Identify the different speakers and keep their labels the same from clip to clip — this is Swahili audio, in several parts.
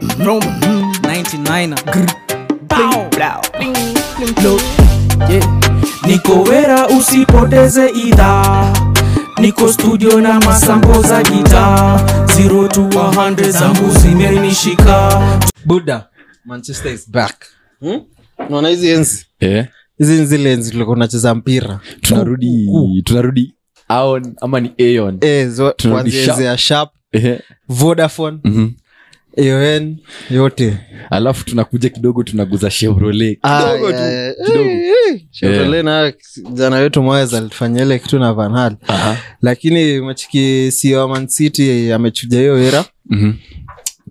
Speaker 1: Vroom. 99 Bow.
Speaker 2: Yeah. Niko wera usipoteze idha Niko studio na masambo za gita 0 to 100 zangu zimenishika Buda, Manchester is back
Speaker 3: naona hizi enzi
Speaker 4: Eh,
Speaker 3: hizi ni zile enzi tulikuwa tunacheza mpira
Speaker 4: tunarudi tunarudi aon ama ni aon
Speaker 3: Eh, zo-
Speaker 4: Tunarudi
Speaker 3: kuanzia
Speaker 4: Sharp.
Speaker 3: enzi ya sharp
Speaker 4: eh,
Speaker 3: vodafone
Speaker 4: mhm.
Speaker 3: aon yote
Speaker 4: alafu tunakuja kidogo tunaguza shevrole
Speaker 3: Ah,
Speaker 4: kidogo
Speaker 3: yeah,
Speaker 4: tu
Speaker 3: yeah.
Speaker 4: kidogo.
Speaker 3: Eh, eh. Chevrolet na jana wetu moyes alifanyia ile kitu na van Hal.
Speaker 4: Aha.
Speaker 3: lakini machiki sio man city amechuja hiyo wera
Speaker 4: Mhm.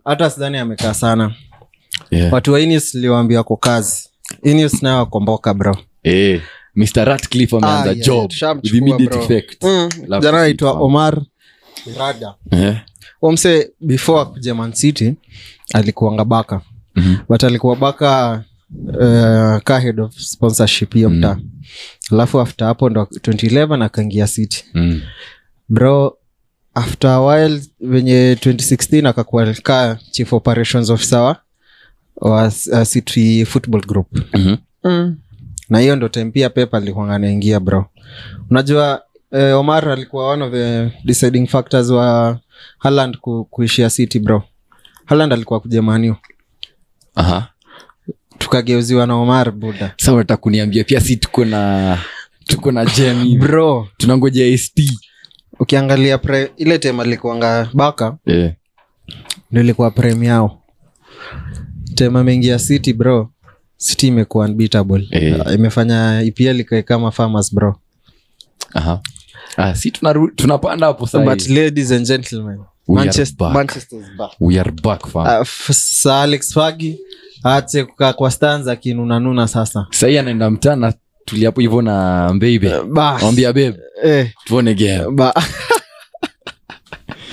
Speaker 3: hata sidhani amekaa sana
Speaker 4: Yeah.
Speaker 3: watu wa Ineos niliwaambia wako kazi Ineos nayo wako mboka bro
Speaker 4: Eh, mr ratcliffe
Speaker 3: Ah,
Speaker 4: ameanza
Speaker 3: yeah,
Speaker 4: job with
Speaker 3: tushamchukua,
Speaker 4: immediate
Speaker 3: bro.
Speaker 4: effect
Speaker 3: Mm,
Speaker 4: Love to
Speaker 3: jana
Speaker 4: see
Speaker 3: naitwa
Speaker 4: it, man.
Speaker 3: omar rada
Speaker 4: Eh,
Speaker 3: omse before akuja man city alikuanga baka
Speaker 4: mhm.
Speaker 3: but alikuwa baka uh, ka head of sponsorship hiyo
Speaker 4: Mm.
Speaker 3: mtaa alafu after hapo ndo 2011 akaingia city
Speaker 4: Mm.
Speaker 3: bro after a while venye 2016 akakuwa ka chief operations officer wa, wa uh, city football group
Speaker 4: Mhm.
Speaker 3: na hiyo ndo time pia pepa alikuanga anaingia bro unajua eh, omar alikuwa one of the deciding factors wa haland ku, kuishia city bro haland alikuwa kujemanio
Speaker 4: Aha.
Speaker 3: tukageuziwa na omar buda
Speaker 4: sasa unataka kuniambia pia si tuko na tuko na jemi
Speaker 3: bro
Speaker 4: tunangoja st
Speaker 3: ukiangalia pre, ile tem alikuanga baka
Speaker 4: Eh,
Speaker 3: ndo ilikuwa prem yao tem ameingia city bro city imekuwa unbeatable
Speaker 4: Eh.
Speaker 3: Uh, imefanya epl ikae kama farmers bro
Speaker 4: aha. Ah, si tunaru- tunapanda hapo
Speaker 3: but
Speaker 4: sahii
Speaker 3: ladies and gentlemen
Speaker 4: We are
Speaker 3: manchester
Speaker 4: back.
Speaker 3: manchester's back
Speaker 4: we are back fam
Speaker 3: Ah, f- Sir alex fagi ache kukaa kwa stanza kinunanuna sasa
Speaker 4: sahii anaenda mtana tuliapo hivyo na mbeibe
Speaker 3: Bah,
Speaker 4: wambia beb
Speaker 3: eh,
Speaker 4: tuone game
Speaker 3: ba-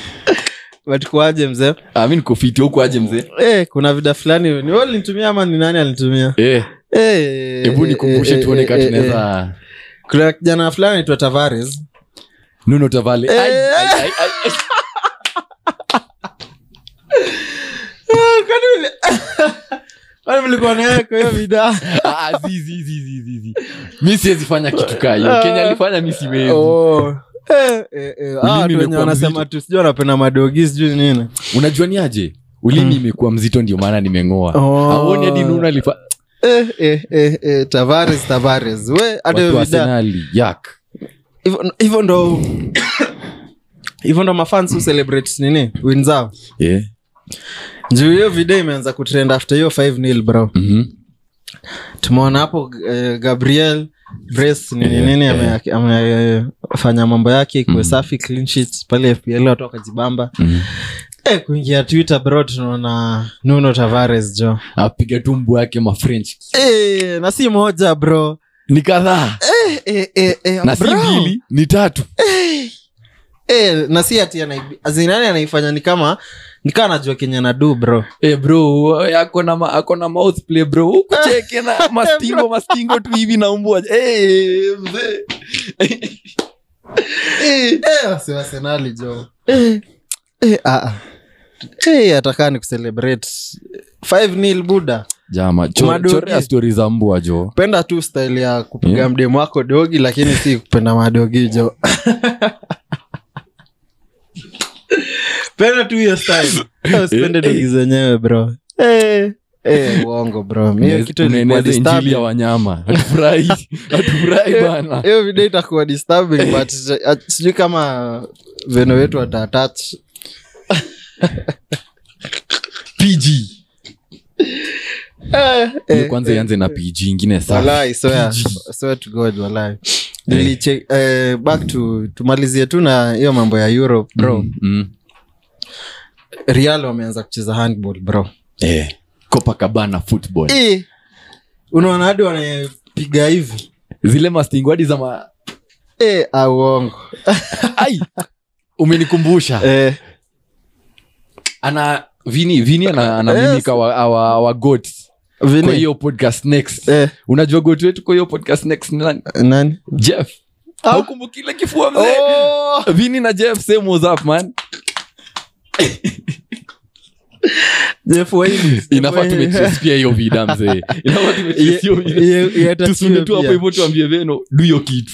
Speaker 3: but kuaje mzee
Speaker 4: Ah, mi nikofiti huku aje mzee
Speaker 3: eh, kuna vida fulani ni wewe ulinitumia ama ni nani alinitumia
Speaker 4: Eh,
Speaker 3: Eh,
Speaker 4: hebu
Speaker 3: eh,
Speaker 4: nikumbushe
Speaker 3: eh,
Speaker 4: tuone
Speaker 3: eh,
Speaker 4: ka
Speaker 3: eh,
Speaker 4: tunaweza
Speaker 3: kuna kijana fulani anaitwa tavares
Speaker 4: nuno tavale Ai,
Speaker 3: Eh.
Speaker 4: ai, ai, ai.
Speaker 3: Eh, mlikuwa naweko hiyo vidaa
Speaker 4: Ah, zi, zi, zi, zi, zi, zi. mi siwezi fanya kitu kaa hiyo kenya alifanya mi siwezi
Speaker 3: Oh. Eh,
Speaker 4: Ulimi
Speaker 3: Ah, wenye
Speaker 4: imekuwa
Speaker 3: wanasema
Speaker 4: mzito.
Speaker 3: tu sijui wanapenda madogi sijui nini
Speaker 4: unajua ni aje ulimi imekuwa mzito ndio maana nimeng'oa
Speaker 3: Hmm. Oh.
Speaker 4: auoni hadi nuno alifa
Speaker 3: Eh, eh, eh, eh, tavares tavares we hata
Speaker 4: watu
Speaker 3: hiyo
Speaker 4: wa
Speaker 3: vidaa
Speaker 4: Arsenali, yak
Speaker 3: Hivyo- hivyo ndo hivyo ndo mafans hu celebrate nini win zao
Speaker 4: Eh,
Speaker 3: juu hiyo video imeanza kutrend after hiyo 5 nil bro
Speaker 4: mhm.
Speaker 3: tumeona hapo eh, gabriel brace nini
Speaker 4: Eh,
Speaker 3: nini
Speaker 4: eh.
Speaker 3: ame- amefanya mambo yake ikuwe
Speaker 4: Mm-hmm.
Speaker 3: safi clean sheet pale fpl watu wakajibamba
Speaker 4: Mhm.
Speaker 3: eh, kuingia twitter bro tunaona nuno tavares jo
Speaker 4: apiga tumbu yake mafrench
Speaker 3: eh, na si moja bro
Speaker 4: ni kadhaa
Speaker 3: eh, eh, eh, eh,
Speaker 4: na si
Speaker 3: bro.
Speaker 4: mbili ni tatu
Speaker 3: Eh, na si ati anai- as in nani anaifanya ni kama nikaa anajua kenye nadu bro
Speaker 4: Eh, bro ako na ma- ako na mouthplay bro ukucheke na mastingo mastingo tu hivi na umbwa Eh, mzee.
Speaker 3: Eh, wasiwasenali jo Eh, eh, ah, ah. Eh, atakaa ni kucelebrate 5 nil buda
Speaker 4: jama cho-
Speaker 3: Madogi.
Speaker 4: chorea stori za mbwa jo
Speaker 3: penda tu style ya kupiga
Speaker 4: Yeah.
Speaker 3: mdemu wako dogi lakini si kupenda madogi jo penda tu hiyo style Eh, usipende dogi zenyewe bro Eh, eh, uongo bro Mi hiyo kitu ilikuwa
Speaker 4: Unaeneza injili ya
Speaker 3: disturbing. Eh,
Speaker 4: wanyama hatufurahi hatufurahi bana
Speaker 3: hiyo video itakuwa disturbing but uh, sijui kama veno wetu watatach
Speaker 4: pg
Speaker 3: eh,
Speaker 4: Hiyo kwanza ianze na pg ingine
Speaker 3: walai swear,
Speaker 4: PG.
Speaker 3: swear to god walai Niliche- eh, back to tumalizie tu na hiyo mambo ya europe bro
Speaker 4: Mm.
Speaker 3: real wameanza kucheza handball bro
Speaker 4: copacabana football
Speaker 3: Eh, unaona hadi wanapiga hivi
Speaker 4: zile mastingwadi za ma...
Speaker 3: Eh, ah, uongo
Speaker 4: ai umenikumbusha
Speaker 3: Eh,
Speaker 4: ana vini vini ana- anamimika wa- awa- awa goats kwa
Speaker 3: Eh. Vini,
Speaker 4: hiyo podcast next
Speaker 3: eh,
Speaker 4: unajua goat wetu kwa hiyo podcast next ni nani
Speaker 3: nani
Speaker 4: jeff haukumbuki ile kifua mzee
Speaker 3: Ah. Oh!
Speaker 4: vini na jeff same was up man
Speaker 3: Jeff Wayne.
Speaker 4: inafaa
Speaker 3: Eh.
Speaker 4: tumechespia hiyo vida mzee inafaa tumechespia hiyo vida.
Speaker 3: Ye- ye- yatachiwa
Speaker 4: tusune tu hapo
Speaker 3: pia.
Speaker 4: hivyo tuambie veno du hiyo kitu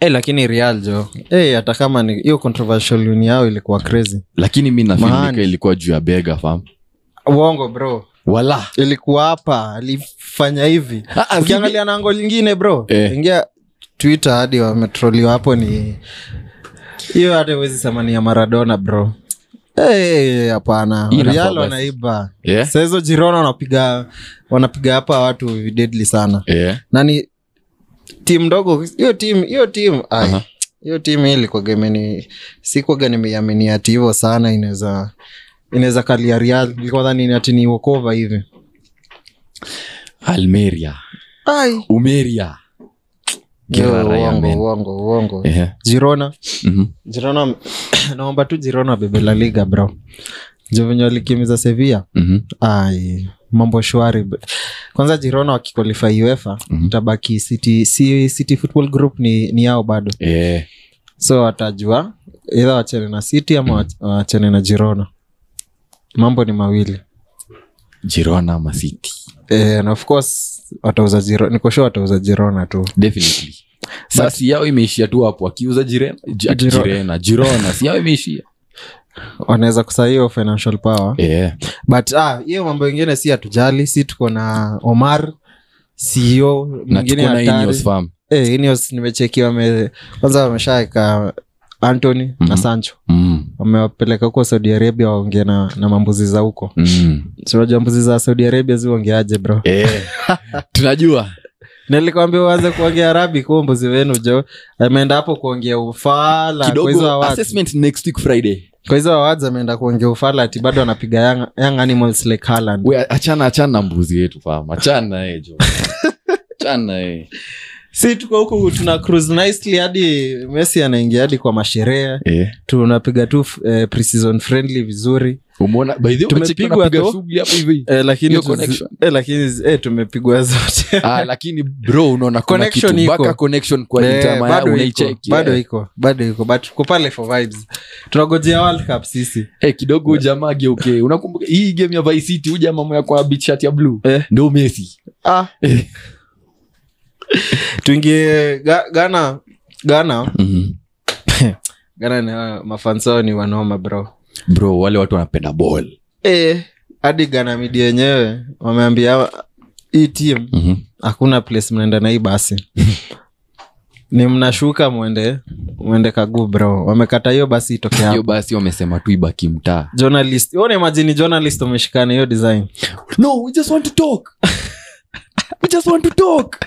Speaker 3: Eh, lakini real jo Eh, hata kama ni- hiyo controversial uni yao ilikuwa crazy
Speaker 4: lakini mi
Speaker 3: Maana.
Speaker 4: nafinika ilikuwa juu ya bega fam
Speaker 3: uongo bro
Speaker 4: wala
Speaker 3: ilikuwa hapa alifanya hivi
Speaker 4: Ah, ah, zile-
Speaker 3: ukiangalia nango lingine bro
Speaker 4: Eh.
Speaker 3: ingia twitter hadi wametroliwa hapo ni hiyo hata uwezi sema ni ya maradona bro Eh, hapana
Speaker 4: Hii inafaa
Speaker 3: real
Speaker 4: basi.
Speaker 3: wanaiba
Speaker 4: Yeah.
Speaker 3: sahizo jirona wanapiga wanapiga hapa watu videdli sana
Speaker 4: Eh,
Speaker 3: nani timu ndogo hiyo timu hiyo timu ai,
Speaker 4: Aha.
Speaker 3: hiyo timu hii ilikwaga imeni sikwaga nimeiamini ati hivo sana inaweza inaweza kalia real ilikuwa dhani ni ati ni wokova hivi
Speaker 4: almeria
Speaker 3: ai
Speaker 4: umeria
Speaker 3: yo,
Speaker 4: Gerrara ya
Speaker 3: uongo
Speaker 4: men.
Speaker 3: uongo uongo
Speaker 4: Eh,
Speaker 3: jirona
Speaker 4: mhm.
Speaker 3: jirona naomba tu jirona bebe la liga bro juu venye walikimiza sevia
Speaker 4: Mhm.
Speaker 3: ai mambo shwari kwanza jirona wakiqualify uefa
Speaker 4: Mhm.
Speaker 3: itabaki city, si- city football group ni, ni yao bado
Speaker 4: Eh,
Speaker 3: so watajua idha wachane na city
Speaker 4: Mhm.
Speaker 3: ama wach- wachane na jirona mambo ni mawili
Speaker 4: girona ama city
Speaker 3: Eh, and of course watauza Giro- niko sure watauza jirona tu
Speaker 4: definitely basi yao imeishia tu hapo akiuza jirena ji- ati
Speaker 3: Girona.
Speaker 4: jirena jirona si yao imeishia
Speaker 3: wanaweza kusaa hiyo financial power
Speaker 4: Eh,
Speaker 3: but ah, hiyo mambo ingine si hatujali si tuko na omar ceo
Speaker 4: na
Speaker 3: mwingine
Speaker 4: tuko na Ineos
Speaker 3: hatari
Speaker 4: farm
Speaker 3: Eh, Ineos nimechekia wame, kwanza wameshaweka antony na
Speaker 4: Mhm.
Speaker 3: sancho
Speaker 4: Mm,
Speaker 3: wamewapeleka huko saudi arabia waongee na, na mambuzi za huko
Speaker 4: mm.
Speaker 3: sinajua mbuzi za saudi arabia ziwongeaje bro
Speaker 4: Eh, tunajua
Speaker 3: nilikwambia uanze kuongea arabi kuwa mbuzi wenu jo ameenda hapo kuongea ufala kwa hizo
Speaker 4: kidogo
Speaker 3: awards.
Speaker 4: assessment next week friday
Speaker 3: Kwa hizo awards ameenda kuongea ufala ati bado anapiga young, young animals like Haaland.
Speaker 4: we achana achana na mbuzi yetu fam achana eh, jo achana eh.
Speaker 3: si tuko huku tuna cruise nicely hadi messi anaingia hadi kwa masherehe
Speaker 4: eh.
Speaker 3: tunapiga tu eh, pre-season friendly vizuri
Speaker 4: umeona by the way
Speaker 3: Tumepigwa
Speaker 4: umecheki wanapiga
Speaker 3: tu.
Speaker 4: shughuli hapo hivi
Speaker 3: eh, lakini
Speaker 4: Hiyo
Speaker 3: tuzi-
Speaker 4: connection.
Speaker 3: eh, lakini eh, tumepigwa zote
Speaker 4: ah, lakini bro unaona kuna
Speaker 3: Connection
Speaker 4: kitu
Speaker 3: iko.
Speaker 4: mpaka connection kwa
Speaker 3: Eh,
Speaker 4: Inter Miami
Speaker 3: bado iko,
Speaker 4: unaicheki
Speaker 3: bado
Speaker 4: eh.
Speaker 3: iko bado iko but tuko pale for vibes tunagojea world cup sisi
Speaker 4: Eh, kidogo huyu jamaa geuke unakumbuka hii game ya Vice City huyu jamaa mwenye kwa beach shirt ya blue
Speaker 3: Eh.
Speaker 4: ndio Messi
Speaker 3: ah.
Speaker 4: Eh.
Speaker 3: tuingie Ga- ghana ghana ghana na mafansao ni wanoma bro
Speaker 4: bro wale watu wanapenda ball
Speaker 3: Eh, hadi ghana midi yenyewe wameambia hii team hakuna place mnaenda na hii basi ni mnashuka mwende mwende kaguu bro wamekata hiyo basi itoke
Speaker 4: hiyo
Speaker 3: hapo
Speaker 4: basi wamesema tu ibaki mtaa
Speaker 3: journalist one imagine journalist wameshikana hiyo design
Speaker 4: no we just want to talk we just want to talk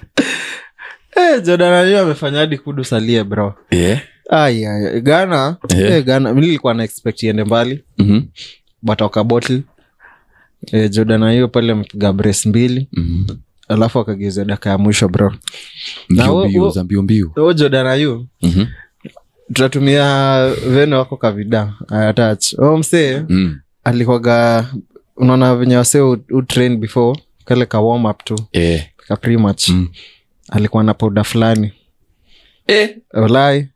Speaker 3: eh, jordan aliyo amefanya hadi kudu salie bro
Speaker 4: eh
Speaker 3: Ai, ai, ghana
Speaker 4: Eh.
Speaker 3: eh, ghana mi nilikuwa na expect iende mbali
Speaker 4: mhm
Speaker 3: watoka bottle e, jordan hiyo pale amepiga brace mbili
Speaker 4: mhm
Speaker 3: alafu akageuza daka ya mwisho bro Na Mm-hmm.
Speaker 4: mbio
Speaker 3: wo-
Speaker 4: mbio
Speaker 3: wo-
Speaker 4: za mbio mbio
Speaker 3: o jordan ayu
Speaker 4: mhm
Speaker 3: tutatumia veno wako kavida atach o msee
Speaker 4: Mm.
Speaker 3: alikwaga unaona venye wasee u- u train before kale ka warm up tu
Speaker 4: eh
Speaker 3: ka pre-match
Speaker 4: Mm.
Speaker 3: alikuwa na powder fulani
Speaker 4: eh
Speaker 3: olai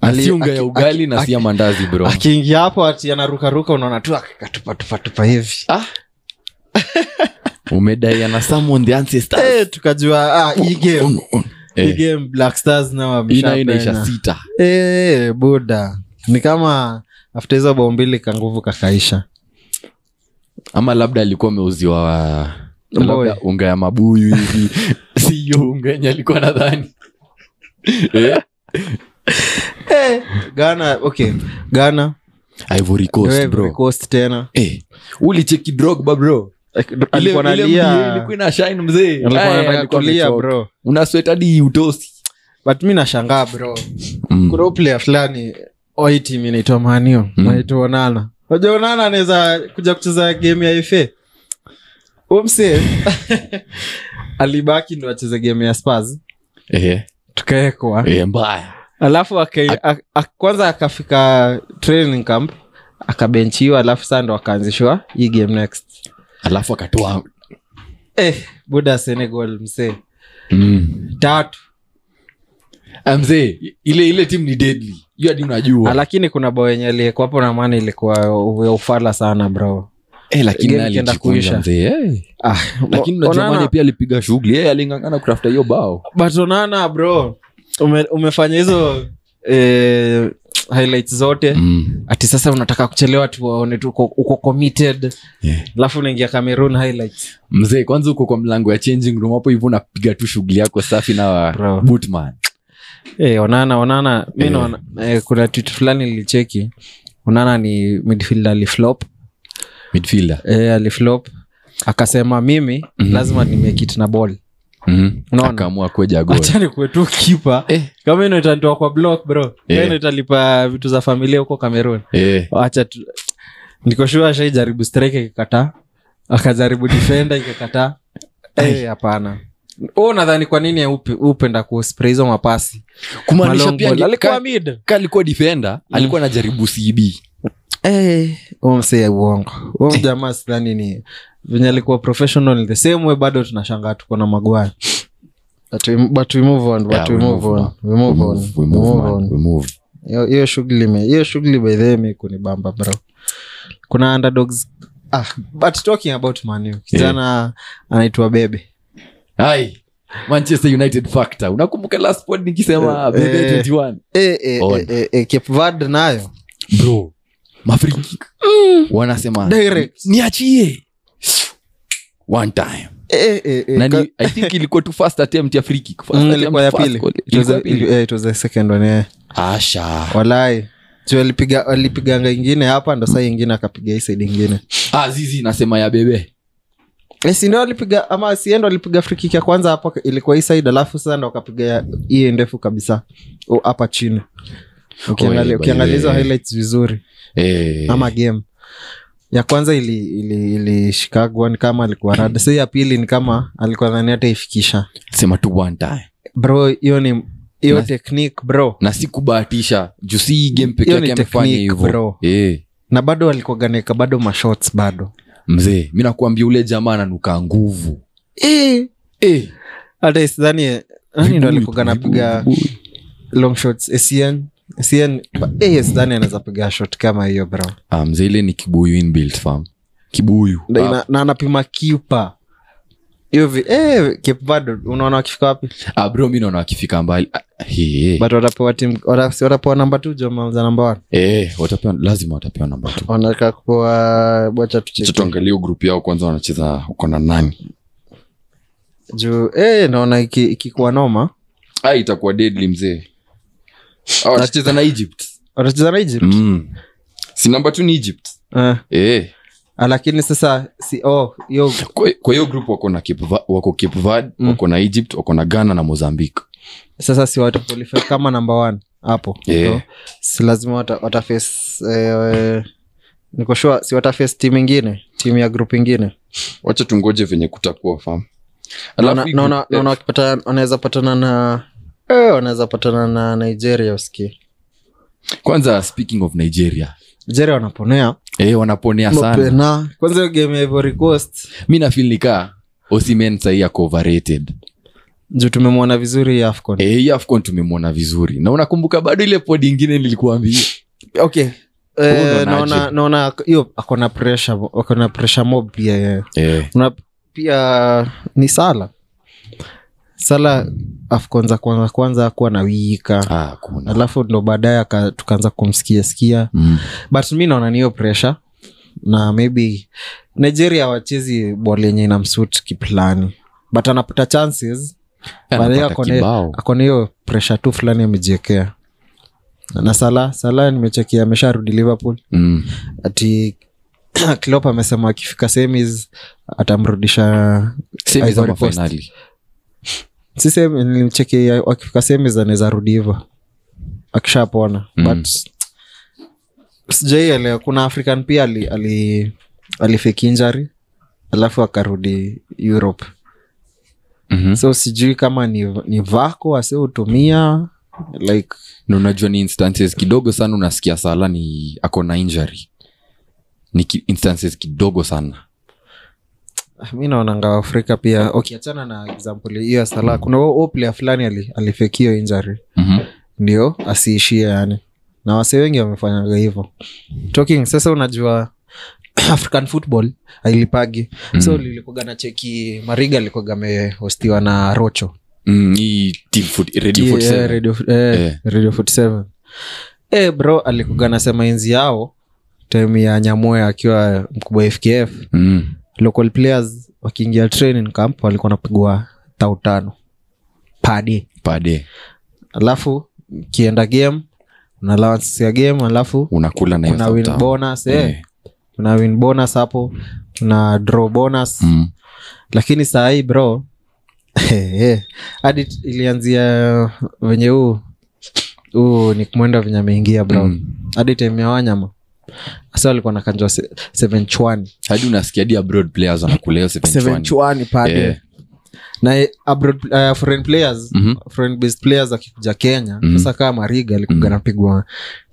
Speaker 3: Ali-
Speaker 4: asiunga
Speaker 3: aki-
Speaker 4: ya ugali na si ya mandazi bro
Speaker 3: akiingia hapo ati anarukaruka unaona tu akatupatupatupa hivi
Speaker 4: umedaiana summon the ancestors
Speaker 3: Eh, tukajua ah, hii game
Speaker 4: On, on.
Speaker 3: hii
Speaker 4: Eh,
Speaker 3: game black stars nao
Speaker 4: ina
Speaker 3: wameshapenya.
Speaker 4: inaisha sita
Speaker 3: Eh, buda ni kama afta hizo bao mbili kanguvu kakaisha
Speaker 4: ama labda alikuwa ameuziwa
Speaker 3: Mboe.
Speaker 4: labda unga ya mabuyu hivi siyo unga yenye alikuwa nadhani Eh,
Speaker 3: Eh, ghana okay ghana
Speaker 4: Ivory Coast,
Speaker 3: Ivory
Speaker 4: bro.
Speaker 3: Coast tena
Speaker 4: Eh, ulicheki drogba bro Ile-
Speaker 3: alikuwa
Speaker 4: ile mbio
Speaker 3: nalia
Speaker 4: ilikuwa ina shine mzee.
Speaker 3: alikuwa
Speaker 4: Aya,
Speaker 3: anataka
Speaker 4: alikuwa
Speaker 3: Eh, kulia,
Speaker 4: amechoka.
Speaker 3: bro
Speaker 4: Una sweat hadi utosi
Speaker 3: but mi nashangaa bro
Speaker 4: Mm.
Speaker 3: kuna huyu player fulani oitim inaitwa manio
Speaker 4: Mm.
Speaker 3: naitwa onana unajua onana anaweza kuja kucheza game ya fa umse alibaki ndo acheze game ya spas
Speaker 4: Eh,
Speaker 3: tukaekwa
Speaker 4: eh, mbaya
Speaker 3: alafu aka, a, a, kwanza akafika training camp akabenchiwa alafu saa ndo akaanzishwa hii game next
Speaker 4: alafu akatoa
Speaker 3: eh, buda senegal msee
Speaker 4: mm.
Speaker 3: tatu
Speaker 4: Ah, mzee ile ile timu ni deadly hiyo hadi unajua
Speaker 3: lakini kuna bao yenye aliyekwapo na maana ilikuwa ya ufala sana bro
Speaker 4: Eh, lakini
Speaker 2: Game
Speaker 4: naye
Speaker 2: ikienda
Speaker 4: alijikunja
Speaker 2: kuisha.
Speaker 4: mzee, eh.
Speaker 3: Ah,
Speaker 4: lakini
Speaker 3: o-
Speaker 4: unajua
Speaker 3: Onana-
Speaker 4: Mane pia alipiga shughuli yeye alingangana kutafuta hiyo bao
Speaker 3: but onana bro ume, umefanya hizo eh, highlights zote
Speaker 4: mm.
Speaker 3: ati sasa unataka kuchelewa tu waone tu uko- uko committed
Speaker 4: yeah.
Speaker 3: alafu unaingia cameroon highlights
Speaker 4: mzee kwanza uko kwa mlango ya changing room hapo hivyo unapiga tu shughuli yako safi na
Speaker 3: Bro.
Speaker 4: bootman
Speaker 3: Eh, onana onana mi
Speaker 4: Eh.
Speaker 3: naona eh, kuna tweet fulani nilicheki onana ni midfielder aliflop
Speaker 4: midfielder
Speaker 3: eh, aliflop akasema mimi
Speaker 4: Mhm.
Speaker 3: lazima nimekit na ball
Speaker 4: mm.
Speaker 3: Unaona?
Speaker 4: akaamua kuwe jagora
Speaker 3: achani kuetu kipa
Speaker 4: Eh.
Speaker 3: kama ino itanitoa kwa block bro
Speaker 4: Eh.
Speaker 3: yeah. ino italipa vitu za familia huko cameroon
Speaker 4: eh.
Speaker 3: acha tu nikoshua ashaijaribu strike ikakataa akajaribu defenda ikakataa Eh, hapana u nadhani kwa nini upe- upenda kuspray hizo mapasi
Speaker 4: kumaanisha
Speaker 3: Malong
Speaker 4: pia
Speaker 3: ball.
Speaker 4: ange-
Speaker 3: alikuwa
Speaker 4: ka-
Speaker 3: mid
Speaker 4: ka alikuwa defender alikuwa anajaribu cb
Speaker 3: Eh. umsee uongo Huyo jamaa sidhani ni venye alikuwa professional the same way bado tunashangaa tuko na magwaya But we- but we move on, but
Speaker 4: Yeah,
Speaker 3: we
Speaker 4: we
Speaker 3: move
Speaker 4: move
Speaker 3: on,
Speaker 4: on.
Speaker 3: we move on,
Speaker 4: We
Speaker 3: we
Speaker 4: move,
Speaker 3: move
Speaker 4: man,
Speaker 3: on.
Speaker 4: we move.
Speaker 3: Hiyo- hiyo shughuli ime- hiyo shughuli by the way mi kunibamba bro kuna underdogs ah, but talking about manu kijana anaitwa bebe
Speaker 4: Ai, manchester united factor unakumbuka last pod nikisema
Speaker 3: Eh,
Speaker 4: bebe
Speaker 3: eh.
Speaker 4: 21
Speaker 3: e, e,
Speaker 4: On.
Speaker 3: e, e, e, Cape Verde nayo
Speaker 4: bro mafriki wanasema
Speaker 3: Direct.
Speaker 4: niachie one time
Speaker 3: e, e, e,
Speaker 4: Na
Speaker 3: ka-
Speaker 4: ni- i think ilikuwa tu first attempt ya free kick, first
Speaker 3: Mm,
Speaker 4: attempt,
Speaker 3: ilikuwa ya
Speaker 4: first
Speaker 3: pili
Speaker 4: goal.
Speaker 3: It was
Speaker 4: Ilikuwa
Speaker 3: a-
Speaker 4: ya pili.
Speaker 3: ili- eh, it was a second one, eh.
Speaker 4: Asha.
Speaker 3: walai Ju alipiga alipiganga ingine hapa ndo saa ingine akapiga hii side ingine
Speaker 4: Ah, zizi nasema ya bebe
Speaker 3: Eh, si ndo alipiga ama siendo alipiga free kick ya kwanza hapo ilikuwa hii side alafu sasa ndo akapiga ya- hii ndefu kabisa O, hapa chini
Speaker 4: Oh, eh, by
Speaker 3: Ukiangalia-
Speaker 4: the
Speaker 3: ukiangalia hizo
Speaker 4: way.
Speaker 3: highlights vizuri
Speaker 4: eh,
Speaker 3: ama game ya kwanza ili- ili- ilishikagwa ili ni kama alikuwa rada sa ya pili ni kama alikuwa dhani hata ifikisha
Speaker 4: sema tu one time
Speaker 3: bro hiyo ni hiyo
Speaker 4: Na-
Speaker 3: teknik bro
Speaker 4: na sikubahatisha juu si hii game peke
Speaker 3: Hiyo ni
Speaker 4: yake amefanya
Speaker 3: technique,
Speaker 4: hivo
Speaker 3: bro.
Speaker 4: eh,
Speaker 3: na bado alikuaganeka bado mashots bado
Speaker 4: mzee mi nakuambia ule jamaa ananuka nguvu
Speaker 3: Eh,
Speaker 4: eh,
Speaker 3: hata isidhani nani ndo
Speaker 4: viguu,
Speaker 3: alikuaga
Speaker 4: viguu,
Speaker 3: napiga
Speaker 4: viguu.
Speaker 3: long shots acn acn eh, sidhani anaweza piga shot kama hiyo bro
Speaker 4: Ah, mzee ile ni kibuyu inbuilt fam kibuyu
Speaker 3: Na-
Speaker 4: Ah,
Speaker 3: na- na anapima kipa hiyo vi- eh, Cape Verde, unaona wakifika wapi
Speaker 4: ah, bro mi naona wakifika mbali Ah, eh, eh.
Speaker 3: but watapewa tim wata- si watapewa namba tu jomamza namba one
Speaker 4: Eh, watapewa lazima watapewa namba tu
Speaker 3: wanataka kupewa bocha
Speaker 4: Acha
Speaker 3: tucheki
Speaker 4: tuangalie hiyo grupu yao kwanza wanacheza uko na nani
Speaker 3: juu eh, naona iki- ikikuwa noma
Speaker 4: ah, itakuwa deadly mzee ah, watacheza na egypt
Speaker 3: watacheza na Egypt
Speaker 4: mm. si namba tu ni egypt
Speaker 3: Eh,
Speaker 4: eh.
Speaker 3: lakini sasa si oh hiyo
Speaker 4: kwa kwa hiyo group wako na Cape Va- wako Cape Verde,
Speaker 3: Mm.
Speaker 4: wako na egypt wako na ghana na mozambique
Speaker 3: sasa si wata qualify kama namba one hapo
Speaker 4: Yeah.
Speaker 3: so, si lazima wata, wata face eh, niko sure si wata face timu ingine timu ya group ingine
Speaker 4: wacha tungoje venye kutakuwa fam Alafu
Speaker 3: naona
Speaker 4: hii
Speaker 3: naona-
Speaker 4: group F,
Speaker 3: naona wakipata- wanaweza patana na eh, wanaweza patana na nigeria uski
Speaker 4: eh, kwanza speaking of nigeria
Speaker 3: nigeria wanaponea
Speaker 4: eh, wanaponea sana
Speaker 3: mapena kwanza hiyo game ya ivory coast
Speaker 4: mi nafil nikaa osimen sahii ako overrated
Speaker 3: juu tumemwona vizuri ya afcon
Speaker 4: eh, hii afcon tumemwona vizuri na unakumbuka bado ile pod ingine nilikuambia
Speaker 3: okay
Speaker 4: Wewe unaonaje?
Speaker 3: Eh, naona naona hiyo akona pressure akona pressure mob pia yeye.
Speaker 4: eh,
Speaker 3: na pia ni sala sala afcon za kwanza kwanza akuwa na wika
Speaker 4: ah, kuna
Speaker 3: alafu ndo baadaye aka- tukaanza kumsikia sikia
Speaker 4: mm.
Speaker 3: but mi naona niyo pressure na maybe nigeria wachezi bol yenye inamsut kiplani but anapata chances Baadaye
Speaker 4: Anapata
Speaker 3: akona-
Speaker 4: kibao.
Speaker 3: akona hiyo pressure tu fulani amejiekea na sala sala nimechekia amesharudi liverpool
Speaker 4: Mm.
Speaker 3: ati klop amesema akifika semis atamrudisha
Speaker 4: Semi za
Speaker 3: Ivory Coast.
Speaker 4: mafainali.
Speaker 3: sisi nilimcheki akifika sehemu zanaweza rudi hivo akishapona
Speaker 4: Mm.
Speaker 3: mm. but sijaielewa kuna african pia ali, ali, alifeki injari alafu akarudi europe
Speaker 4: Mhm.
Speaker 3: so sijui kama ni, ni vako asiotumia like
Speaker 4: na unajua ni instances kidogo sana unasikia sala ni ako na injury ni ki, instances kidogo sana
Speaker 3: mi naonanga waafrika pia ukiachana na example hiyo ya sala kuna huo player fulani ali, alifeki hiyo injari
Speaker 4: mm-hmm.
Speaker 3: ndio asiishie yani na wase wengi wamefanyaga hivyo talking sasa unajua african football ailipagi so lilikuga na cheki mariga alikuga amehostiwa na rocho
Speaker 4: Mm, hii team foot- radio
Speaker 3: Yeah,
Speaker 4: 47.
Speaker 3: radio, eh,
Speaker 4: Eh.
Speaker 3: radio 47 eh, bro alikuga nasema enzi yao time ya nyamoya akiwa mkubwa fkf
Speaker 4: Mm.
Speaker 3: local players wakiingia training camp walikuwa napigwa tau tano padi
Speaker 4: Per day.
Speaker 3: alafu kienda game una allowance ya game alafu
Speaker 4: unakula na hiyo
Speaker 3: una win
Speaker 4: sauti.
Speaker 3: bonus eh.
Speaker 4: Eh.
Speaker 3: una win bonus hapo una draw bonus
Speaker 4: Mm.
Speaker 3: lakini saa hii bro eh, hadi t- ilianzia uh, venye huu huu ni kumwenda venye ameingia bro
Speaker 4: Mm.
Speaker 3: hadi time ya wanyama asa walikuwa nakanjwa se- seven chwani
Speaker 4: hadi unasikia hadi abroad players wanakula hiyo
Speaker 3: seven
Speaker 4: 720.
Speaker 3: chwani pale
Speaker 4: Eh.
Speaker 3: na eh, abroad, uh, foreign players
Speaker 4: Mhm.
Speaker 3: foreign based players akikuja kenya
Speaker 4: Mhm.
Speaker 3: sasa kama mariga alikuga
Speaker 4: Mhm.
Speaker 3: napigwa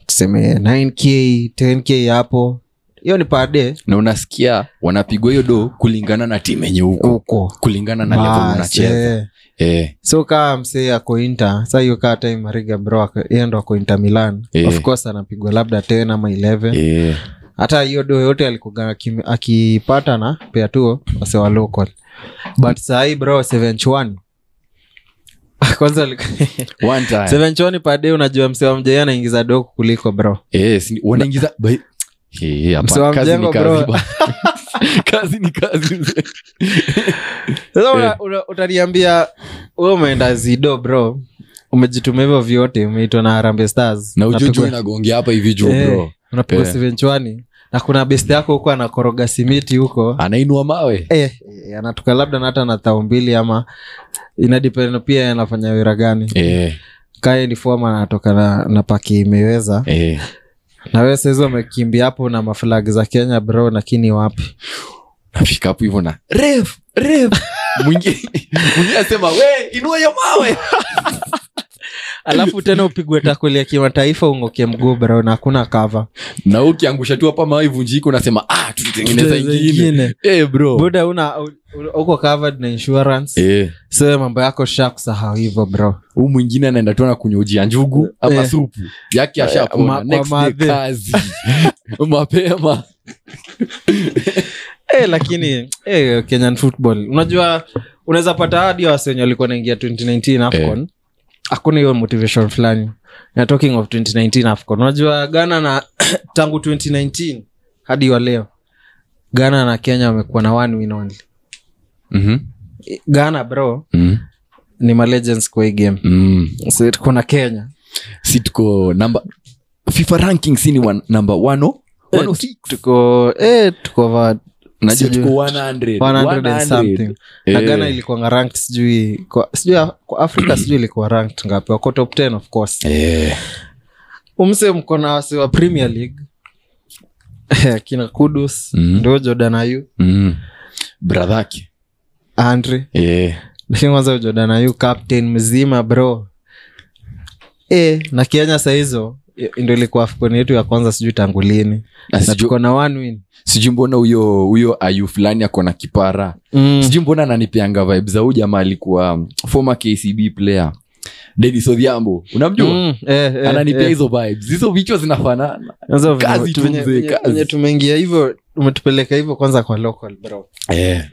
Speaker 3: tuseme 9k 10k hapo hiyo ni pade
Speaker 4: na unasikia wanapigwa hiyo do kulingana na timu yenye huko
Speaker 3: huko
Speaker 4: kulingana na level
Speaker 3: Bas,
Speaker 4: unacheza
Speaker 3: eh.
Speaker 4: eh.
Speaker 3: so kaa msee ako inter sa hiyo kaa time mariga bro ako- yeye ndo ako inter milan
Speaker 4: Eh.
Speaker 3: of course anapigwa labda 10 ama 11
Speaker 4: Eh.
Speaker 3: hata hiyo do yote alikuga akim- akipata na pea tuo wase wa local but sahii bro 71 kwanza alikuwa-
Speaker 4: One time.
Speaker 3: seven choni pade unajua msee wa mjei anaingiza doku kuliko bro
Speaker 4: Eh, si- wanaingiza by- Eh, hapa,
Speaker 3: Msee wa
Speaker 4: kazi ni
Speaker 3: mjengo,
Speaker 4: kazi
Speaker 3: bro.
Speaker 4: bwana. kazi ni kazi
Speaker 3: sasa
Speaker 4: Eh.
Speaker 3: una- una- utaniambia we umeenda zido bro umejitumia hivyo vyote umeitwa na harambe stars
Speaker 4: na ujuju
Speaker 3: Unapigwa-
Speaker 4: inagongia hapa hivi juu
Speaker 3: Eh,
Speaker 4: bro
Speaker 3: unapigwa
Speaker 4: Eh.
Speaker 3: seven chwani na kuna best yako huko anakoroga simiti huko
Speaker 4: anainua mawe
Speaker 3: eh, eh, anatoka labda na hata na thao mbili ama inadepend pia anafanya wira gani
Speaker 4: eh,
Speaker 3: kae ni foma anatoka na, na paki imeweza
Speaker 4: eh.
Speaker 3: na wewe saizi wamekimbia hapo na maflag za kenya bro lakini wapi
Speaker 4: nafika hapo hivyo na ref ref mwingine mwingine asema we inua hiyo mawe
Speaker 3: alafu tena upigwe takuli ya kimataifa ung'oke mguu bro na hakuna kava
Speaker 4: na wewe ukiangusha tu hapa mawe vunjiko unasema ah tutengeneza ingine eh, bro
Speaker 3: buda una u- u- uko covered na insurance
Speaker 4: eh.
Speaker 3: so mambo yako sha kusahau hivyo bro
Speaker 4: huu mwingine anaenda tu anakunywa uji ya njugu ama
Speaker 3: Eh.
Speaker 4: supu yake
Speaker 3: Ma-
Speaker 4: ashapona
Speaker 3: kwa
Speaker 4: next day
Speaker 3: madhe.
Speaker 4: kazi mapema
Speaker 3: Eh, lakini eh, kenyan football unajua unaweza pata hadi wase wenye walikuwa naingia 2019 afcon hakuna hiyo motivation fulani na talking of 2019 afcon unajua ghana na tangu 2019 hadi wa leo ghana na kenya wamekuwa na one win only
Speaker 4: Mhm.
Speaker 3: ghana bro
Speaker 4: Mhm.
Speaker 3: ni malegends kwa hii game
Speaker 4: Mm.
Speaker 3: so, kuna kenya
Speaker 4: si tuko namba fifa ranking si ni wan- namba 106
Speaker 3: tuko eh, tuko va-
Speaker 4: najua
Speaker 3: sijui.
Speaker 4: oh tuko 100
Speaker 3: 100 and something. na
Speaker 4: Eh.
Speaker 3: ghana ilikuanga ranked sijui kwa- sijui af- kwa afrika sijui ilikuwa ranked ngapi wako top 10 of course
Speaker 4: Eh,
Speaker 3: umse mko na wasi wa premier league kina kudus
Speaker 4: Mhm.
Speaker 3: ndio jordan ayu
Speaker 4: mm. brother yake.
Speaker 3: andre
Speaker 4: Eh,
Speaker 3: lakini kwanza jordan ayu captain mzima bro e, na kenya sahizo ndo ilikuwa afkoni yetu ya kwanza sijui tangu lini
Speaker 4: na
Speaker 3: na
Speaker 4: sijui-
Speaker 3: tuko na one win
Speaker 4: sijui mbona huyo huyo ayu fulani ako na kipara
Speaker 3: mm.
Speaker 4: sijui mbona ananipeanga vibe za huyu jamaa alikuwa mm, former kcb player denis odhiambo unamjua
Speaker 3: Mm, eh, eh,
Speaker 4: ananipea
Speaker 3: eh.
Speaker 4: hizo vibes hizo vichwa zinafanana
Speaker 3: Sasa venye-
Speaker 4: Kazi tu
Speaker 3: venye-
Speaker 4: mzee,
Speaker 3: venye-
Speaker 4: kazi.
Speaker 3: venye tumeingia hivyo umetupeleka hivyo kwanza kwa local bro
Speaker 4: eh.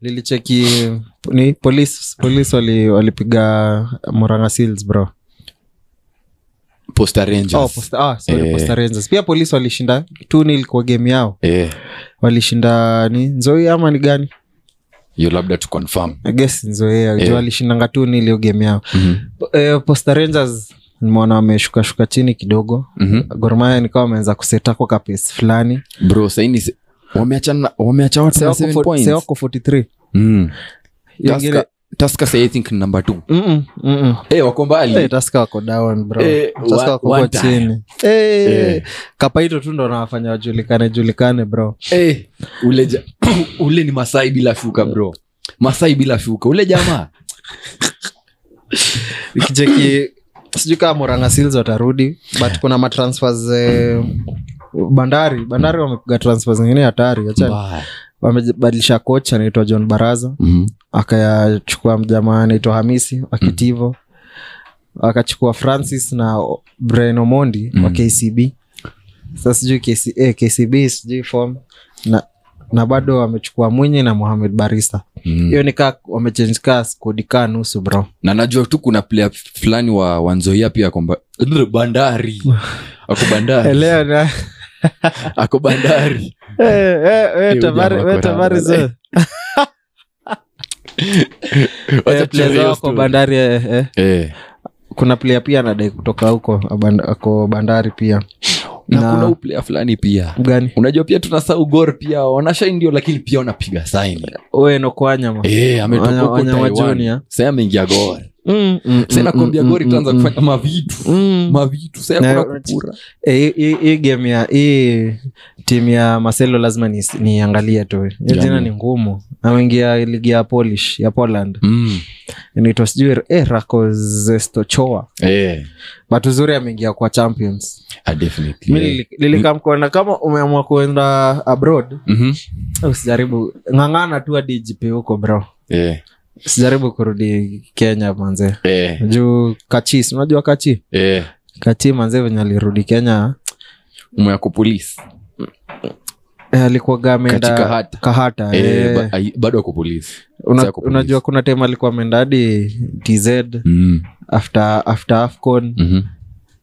Speaker 3: lilicheki ni police police wali- walipiga Murang'a Seals bro
Speaker 4: posta rangers
Speaker 3: oh, posta, ah, sorry,
Speaker 4: Eh.
Speaker 3: Posta Rangers pia polisi walishinda tu nil kwa game yao
Speaker 4: eh.
Speaker 3: walishinda ni nzoi ama ni gani
Speaker 4: hiyo labda tu confirm
Speaker 3: ges nzoea
Speaker 4: Eh.
Speaker 3: yeah. walishindanga tu nil hiyo game yao
Speaker 4: Mhm.
Speaker 3: Po- eh, posta rangers nimeona wameshukashuka chini kidogo
Speaker 4: Mhm.
Speaker 3: gormaya nikawa wameanza kusetako kapesi fulani
Speaker 4: bro saini se- wameachana wameacha watu na seven points
Speaker 3: sewako 43
Speaker 4: Mm.
Speaker 3: Hiyo ingine-
Speaker 4: Tusker- Tusker say I think number two
Speaker 3: Mm-mm, mm-mm.
Speaker 4: Eh, wako mbali
Speaker 3: Eh, Tusker wako down bro
Speaker 4: Eh,
Speaker 3: Tusker
Speaker 4: wa-
Speaker 3: wako
Speaker 4: one
Speaker 3: huko
Speaker 4: time.
Speaker 3: chini Eh,
Speaker 4: Eh.
Speaker 3: kapaito tu ndo nawafanya wajulikane julikane bro
Speaker 4: Eh, ule, ja- ule ni masai bila shuka bro masai bila shuka ule jamaa
Speaker 3: ikicheki sijui kama moranga sils watarudi but kuna matransfers eh, bandari bandari wamepiga transfer zingine hatari acha
Speaker 4: Mbaya.
Speaker 3: wamebadilisha coach anaitwa john baraza
Speaker 4: Mhm.
Speaker 3: akayachukua mjamaa anaitwa hamisi wakitivo akachukua francis na brian omondi wa
Speaker 4: Mm.
Speaker 3: kcb sasa sijui KC, eh, kcb sijui form na, na bado wamechukua mwinyi na mohamed barista hiyo
Speaker 4: mm.
Speaker 3: ni kaa wamechange kaa kodi kaa nusu bro
Speaker 4: na najua tu kuna player fulani wa wanzoia pia kwamba bandari ako bandari
Speaker 3: Elewa na-
Speaker 4: ako bandari
Speaker 3: Eh, eh, we
Speaker 4: huyu
Speaker 3: Tabari-
Speaker 4: jamaa
Speaker 3: we
Speaker 4: ako
Speaker 3: Tabari
Speaker 4: rada.
Speaker 3: zo-
Speaker 4: Wacha
Speaker 3: eh,
Speaker 4: tucheze
Speaker 3: players
Speaker 4: hiyo
Speaker 3: wako
Speaker 4: story.
Speaker 3: bandari eh, eh.
Speaker 4: Eh.
Speaker 3: kuna player pia anadai kutoka huko aband- ako bandari pia
Speaker 4: na
Speaker 3: Na-
Speaker 4: kuna uplayer fulani pia
Speaker 3: gani
Speaker 4: unajua pia tunasau gor pia wanashain ndio lakini pia wanapiga saini
Speaker 3: uenokwanyama
Speaker 4: Eh, ametoka
Speaker 3: Wanya-
Speaker 4: huko
Speaker 3: wanyama
Speaker 4: Taiwan.
Speaker 3: junior.
Speaker 4: Sasa ameingia gor
Speaker 3: Mm,
Speaker 4: Sasa nakwambia gor itaanza kufanya mavitu mavitu Sasa
Speaker 3: Na-
Speaker 4: kuna kupura.
Speaker 3: Mm. Eh, hii game ya hii timu ya maselo lazima nis- niangalie tu hiyo jina
Speaker 4: Jamani.
Speaker 3: ni ngumu ameingia ligi ya polish ya poland
Speaker 4: Mm.
Speaker 3: inaitwa sijui eh, rakozestochoa
Speaker 4: Eh.
Speaker 3: but uzuri ameingia kwa champions
Speaker 4: Ah, definitely.
Speaker 3: mi lili- lilikamkuona kama umeamua kuenda abroad
Speaker 4: Mhm.
Speaker 3: usijaribu ng'ang'ana tu hadi jipe huko bro
Speaker 4: Eh.
Speaker 3: usijaribu kurudi kenya manze
Speaker 4: Eh.
Speaker 3: juu kachis unajua kachi
Speaker 4: Eh.
Speaker 3: kachi manze venye alirudi kenya
Speaker 4: Umeako polisi.
Speaker 3: eh, alikuwaga ameenda
Speaker 4: Katika hata.
Speaker 3: kahata
Speaker 4: Eh,
Speaker 3: eh.
Speaker 4: ba- ai- bado ako polisi.
Speaker 3: Una-
Speaker 4: Sasa ako polisi.
Speaker 3: unajua kuna tem alikuwa ameenda hadi tz
Speaker 4: Mm.
Speaker 3: after, after afcon
Speaker 4: Mhm.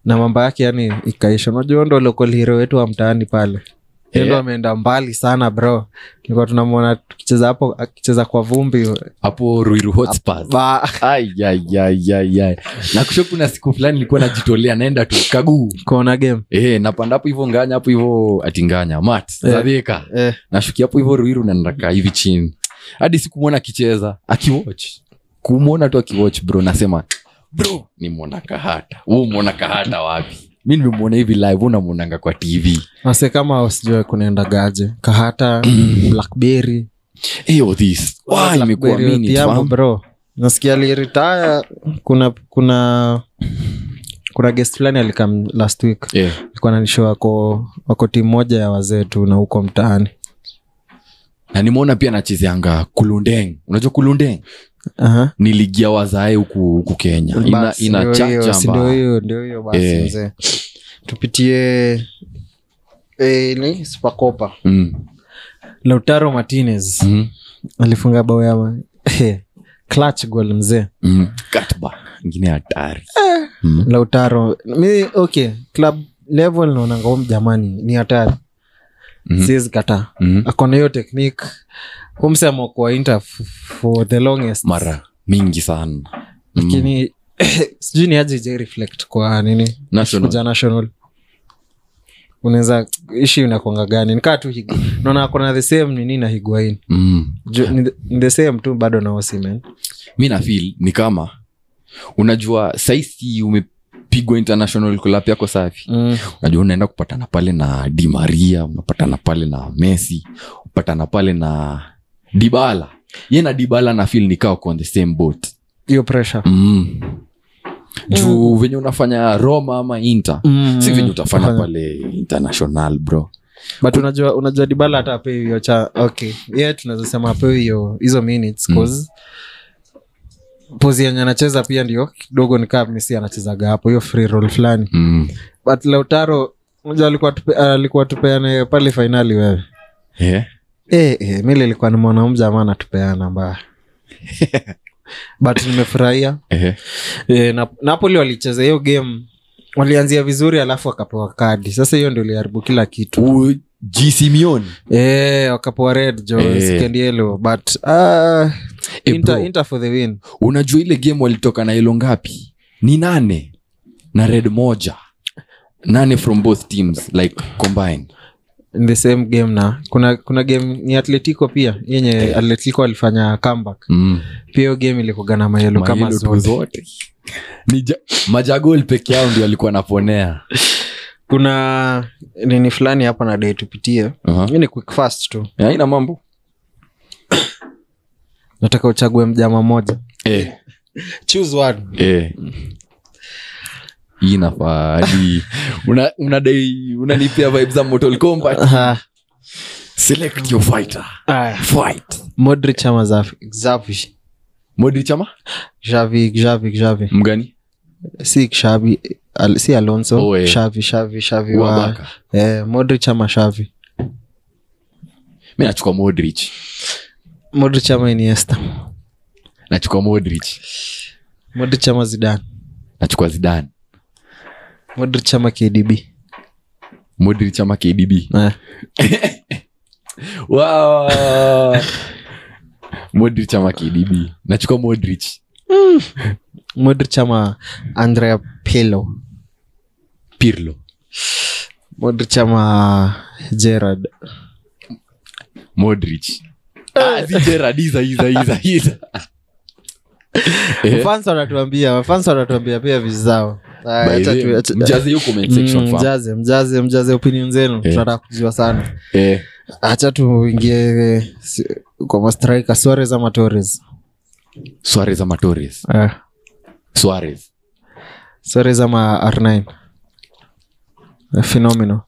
Speaker 3: na mambo yake yani ikaisha unajua ndo local hero wetu wa mtaani pale yeah. ndo
Speaker 4: Eh.
Speaker 3: ameenda mbali sana bro tulikuwa tunamwona tukicheza hapo akicheza kwa vumbi
Speaker 4: hapo ruiru hotspurs
Speaker 3: ba
Speaker 4: Ai, ai, ai, ai, ai. na kusho kuna siku fulani nilikuwa najitolea naenda tu kaguu
Speaker 3: kuona game
Speaker 4: e, napanda hapo hivo nganya hapo hivo atinganya mat
Speaker 3: Eh.
Speaker 4: zadhika
Speaker 3: Eh.
Speaker 4: nashukia hapo hivo ruiru nanaka hivi chini hadi sikumwona akicheza akiwatch kumwona tu akiwatch bro nasema bro ni mwona kahata huu mwona kahata wapi mi nimemwona hivi live huu namwonanga kwa tv
Speaker 3: nase kama sijue kunaenda gaje kahata blackberry
Speaker 4: Eyo, this. Why, ah. imekuwa
Speaker 3: Blackberry
Speaker 4: minute,
Speaker 3: Odhiambo,
Speaker 4: fam?
Speaker 3: bro nasikia aliritaya kuna kuna kuna guest fulani alikam last week
Speaker 4: Eh,
Speaker 3: alikuwa nanisho wako wako timu moja ya wazee tu na huko mtaani
Speaker 4: na nimeona pia nachezeanga kulundeng unajua kulundeng
Speaker 3: Aha.
Speaker 4: ni ligi ya wazae huku huku kenya ina,
Speaker 3: Basi,
Speaker 4: ina
Speaker 3: ndio hiyo,
Speaker 4: chacha
Speaker 3: si ndio hiyo ndio hiyo basi
Speaker 4: Eh.
Speaker 3: mzee tupitie eh, ni spakopa
Speaker 4: Mm,
Speaker 3: lautaro martinez alifunga bao ya clutch goal mzee
Speaker 4: mm. ingine hatari Mm.
Speaker 3: lautaro mi okay club level naonanga hom jamani ni hatari
Speaker 4: Mhm.
Speaker 3: siwezi kataa
Speaker 4: Mhm.
Speaker 3: akona hiyo technique humsema kwa inter f- for the longest
Speaker 4: mara mingi sana Mm.
Speaker 3: lakini sijui ni aje ije reflect kwa nini
Speaker 4: National.
Speaker 3: kuja national unaweza ishi inakwanga gani nikaa tu Higu- naona akona the same nini na higuain
Speaker 4: Mm.
Speaker 3: ni the- ni the same tu bado na osimen
Speaker 4: mi nafil ni kama unajua saisi umepigwa international kolap yako safi
Speaker 3: mm.
Speaker 4: unajua unaenda kupatana pale na di maria unapatana pale na messi upatana pale na dibala ye na dibala nafil nikao on the same boat
Speaker 3: hiyo pressure
Speaker 4: mm. juu venye unafanya roma ama inter si venye utafanya
Speaker 3: Utafanya.
Speaker 4: pale international bro
Speaker 3: but unajua unajua dibala hata apewi hiyo cha okay yeah, tunaweza sema apewi hiyo hizo minutes
Speaker 4: Mm.
Speaker 3: cause pozi yenye anacheza pia ndio kidogo nikaa mesi anachezaga hapo hiyo free roll fulani
Speaker 4: mm.
Speaker 3: but lautaro moja alikuwa tupe, alikuwa tupeane pale fainali wewe
Speaker 4: yeah.
Speaker 3: e, e, mi lilikuwa ni mwanamja ama anatupeana mbaya but nimefurahia
Speaker 4: eh.
Speaker 3: e, na, napoli walicheza hiyo game walianzia vizuri alafu wakapewa kadi sasa hiyo ndio iliharibu kila kitu
Speaker 4: U- G. Simeone.
Speaker 3: e, wakapewa red jo
Speaker 4: Eh.
Speaker 3: second yellow but uh,
Speaker 4: Eh,
Speaker 3: inter,
Speaker 4: bro.
Speaker 3: inter for the win
Speaker 4: unajua ile game walitoka na ilo ngapi ni nane na red moja nane from both teams like combined
Speaker 3: in the same game na kuna kuna game ni atletico pia yenye
Speaker 4: Eh.
Speaker 3: atletico alifanya comeback
Speaker 4: mm.
Speaker 3: pia hiyo game ilikuga na mayelo kama
Speaker 4: Mayelo tu
Speaker 3: zote
Speaker 4: zote Ni ja- majagol peke yao ndio alikuwa naponea
Speaker 3: kuna nini fulani hapa nadai tupitie
Speaker 4: uh-huh.
Speaker 3: Hii ni quick fast tu
Speaker 4: aina mambo
Speaker 3: nataka uchague mjama moja
Speaker 4: eh,
Speaker 3: choose one
Speaker 4: eh. hii nafaadi unadai una unadai- unanipea vibes za mortal kombat
Speaker 3: Aha.
Speaker 4: select your fighter
Speaker 3: Aya.
Speaker 4: fight
Speaker 3: modric ama Zafi- Xavi.
Speaker 4: modric ama
Speaker 3: Xavi, Xavi, Xavi.
Speaker 4: mgani
Speaker 3: si Xavi, Al- si alonso
Speaker 4: Oh, eh.
Speaker 3: Xavi, Xavi, Xavi wa-
Speaker 4: wabaka
Speaker 3: eh, modric ama shavi
Speaker 4: mi nachukua modrich
Speaker 3: modric ama iniesta
Speaker 4: nachukua modrich
Speaker 3: modric ama zidan
Speaker 4: nachukua zidan
Speaker 3: modric ama kdb
Speaker 4: modrich ama kdb
Speaker 3: eh.
Speaker 4: wow. modrich ama kdb nachukua modrich
Speaker 3: modric ama andrea pilo
Speaker 4: pirlo
Speaker 3: modric ama gerard Eh.
Speaker 4: modrich Ah, si Gerrard, Iza, Iza, Iza, Iza. Eh,
Speaker 3: fans wanatuambia fans wanatuambia pia vizao Aya,
Speaker 4: by
Speaker 3: acha
Speaker 4: the way,
Speaker 3: tu- acha-
Speaker 4: mjaze hiyo comment section,
Speaker 3: Mm,
Speaker 4: fam.
Speaker 3: mjaze mjaze mjaze opinion zenu
Speaker 4: Eh.
Speaker 3: tunataka kujua sana
Speaker 4: Eh,
Speaker 3: hacha tuingie si- kwa mastrika suarez ama torres
Speaker 4: suarez ama torres
Speaker 3: eh.
Speaker 4: suarez
Speaker 3: suarez ama r9 Eh, phenomenal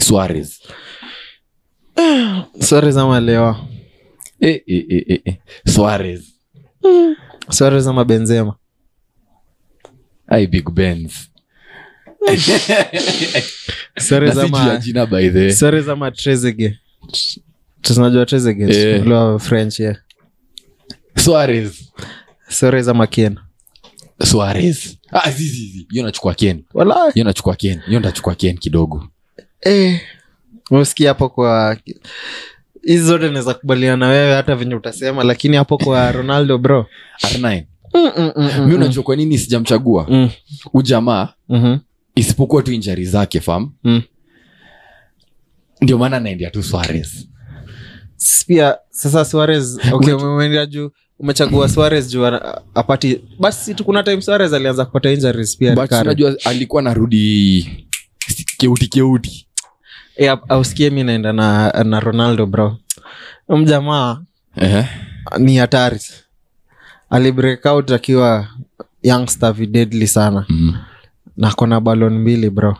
Speaker 4: suarez
Speaker 3: suarez ama lewa
Speaker 4: eh, eh, eh, eh, eh. suarez
Speaker 3: suarez ama benzema
Speaker 4: ai big bens
Speaker 3: suarez
Speaker 4: nasijua
Speaker 3: ama
Speaker 4: jina by the way.
Speaker 3: suarez ama trezege tunajua trezege
Speaker 4: Eh.
Speaker 3: ule wa french yeah.
Speaker 4: suarez
Speaker 3: suarez ama ken
Speaker 4: suarez ah, zi, zi, zi. hiyo nachukua ken
Speaker 3: wala
Speaker 4: hiyo nachukua ken hiyo ndachukua ken kidogo
Speaker 3: eh. umesikia hapo kwa hizi zote naweza kubaliana na wewe hata venye utasema lakini hapo kwa ronaldo bro
Speaker 4: r9
Speaker 3: Mm, mm, mm, mm,
Speaker 4: mi
Speaker 3: mm.
Speaker 4: unajua kwa nini sijamchagua
Speaker 3: Mm.
Speaker 4: ujamaa
Speaker 3: Mhm.
Speaker 4: isipokuwa tu injari zake fam
Speaker 3: Mm.
Speaker 4: ndio maana anaendea tu suarez
Speaker 3: S- pia sasa suarez okay, umeenda juu umechagua suarez juu ana- apati basi tu kuna time suarez alianza kupata injuries pia
Speaker 4: but
Speaker 3: Ricardo.
Speaker 4: unajua alikuwa narudi keuti keuti
Speaker 3: Eh, au- ausikie mi naenda na, na ronaldo bro mjamaa
Speaker 4: eh.
Speaker 3: ni hatari alibreak out akiwa youngster videdly sana
Speaker 4: mm.
Speaker 3: na kona balon mbili bro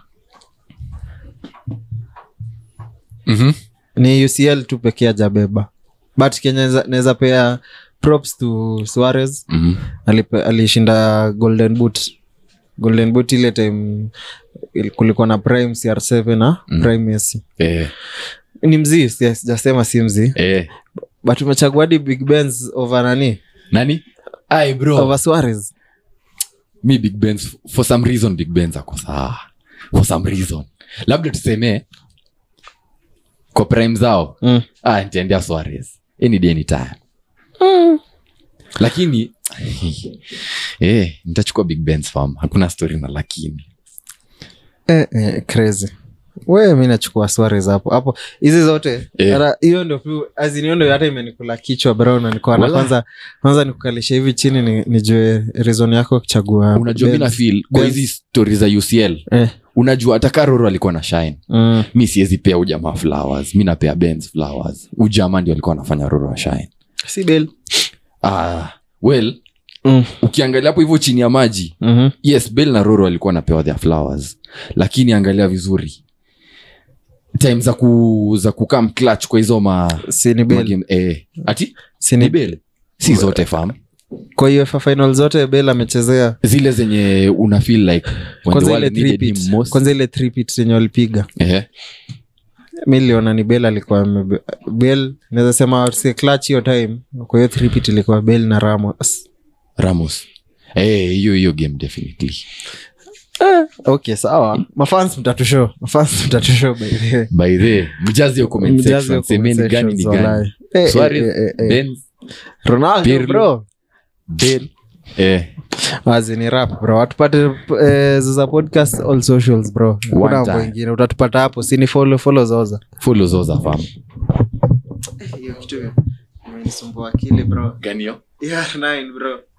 Speaker 4: mm-hmm.
Speaker 3: ni ucl tu pekee ajabeba but kenya naweza pea props to suarez
Speaker 4: mm-hmm.
Speaker 3: Alipe- alishinda golden boot golden boot ile time il- kulikuwa na prime cr7 na
Speaker 4: Mm.
Speaker 3: mm. prime messi
Speaker 4: eh.
Speaker 3: ni mzii sija- sijasema si mzii
Speaker 4: eh.
Speaker 3: but umechagua hadi big bens over nani
Speaker 4: nani ai bro
Speaker 3: over suarez
Speaker 4: mi big bens for some reason big bens ako saa for some reason labda tuseme kwa prime zao
Speaker 3: mm.
Speaker 4: ah, nitaendea suarez any day any time lakini eh, nitachukua big bens fam hakuna story na lakini
Speaker 3: eh, eh, crazy we mi nachukua suarez hapo hapo hizi zote
Speaker 4: Eh.
Speaker 3: hata- hiyo ndo tu azin hiyo ndo hata imenikula kichwa brown nikuana
Speaker 4: Wala.
Speaker 3: kwanza kwanza nikukalisha hivi chini ni- nijue reason yako ya kuchagua
Speaker 4: unajua mi
Speaker 3: Benz.
Speaker 4: nafil kwa
Speaker 3: Benz.
Speaker 4: hizi stori za ucl
Speaker 3: eh,
Speaker 4: unajua hata karoro alikuwa na shine
Speaker 3: mm,
Speaker 4: mi siwezi pea ujamaa flowers mi napea bens flowers ujamaa ndio alikuwa anafanya roro wa shine
Speaker 3: si bel
Speaker 4: ah, well
Speaker 3: mm,
Speaker 4: ukiangalia hapo hivyo chini ya maji
Speaker 3: mhm.
Speaker 4: yes bel na roro alikuwa anapewa their flowers lakini angalia vizuri time za, ku, za kukam clutch kwa hizo ma,
Speaker 3: si ni
Speaker 4: ma
Speaker 3: bel
Speaker 4: game, eh, ati
Speaker 3: si
Speaker 4: ni
Speaker 3: ni
Speaker 4: bel si zote fam
Speaker 3: kwa uefa final zote bel amechezea
Speaker 4: zile zenye una feel like when the
Speaker 3: kwanza ile
Speaker 4: world needed him
Speaker 3: three-peat.
Speaker 4: most. Eh,
Speaker 3: kwanza ile three-peat yenye walipiga
Speaker 4: Ehe.
Speaker 3: mi liona ni bel alikuwa ame- bel naweza sema si clutch hiyo time kwa hiyo three-peat ilikuwa bel na ramos
Speaker 4: ramos Eh, hiyo hiyo game definitely
Speaker 3: okay sawa mafans mtatusho mafans mtatusho by the way.
Speaker 4: by the mjazi hiyo comment
Speaker 3: Mjaze
Speaker 4: section,
Speaker 3: hiyo
Speaker 4: semeni
Speaker 3: comment
Speaker 4: gani ni
Speaker 3: sections,
Speaker 4: gani
Speaker 3: walai. Eh, eh,
Speaker 4: Suarez,
Speaker 3: eh, eh, eh.
Speaker 4: Benz,
Speaker 3: ronaldo
Speaker 4: Pirlo.
Speaker 3: bro
Speaker 4: Bale. Eh,
Speaker 3: azini rap bro watupate eh, zoza podcast all socials bro
Speaker 4: One
Speaker 3: kuna mambo
Speaker 4: time.
Speaker 3: ingine utatupata hapo sini follow follow zoza
Speaker 4: follow zoza fam
Speaker 3: hiyo kitu imenisumbua akili bro
Speaker 4: ganio
Speaker 3: yeah, nine, bro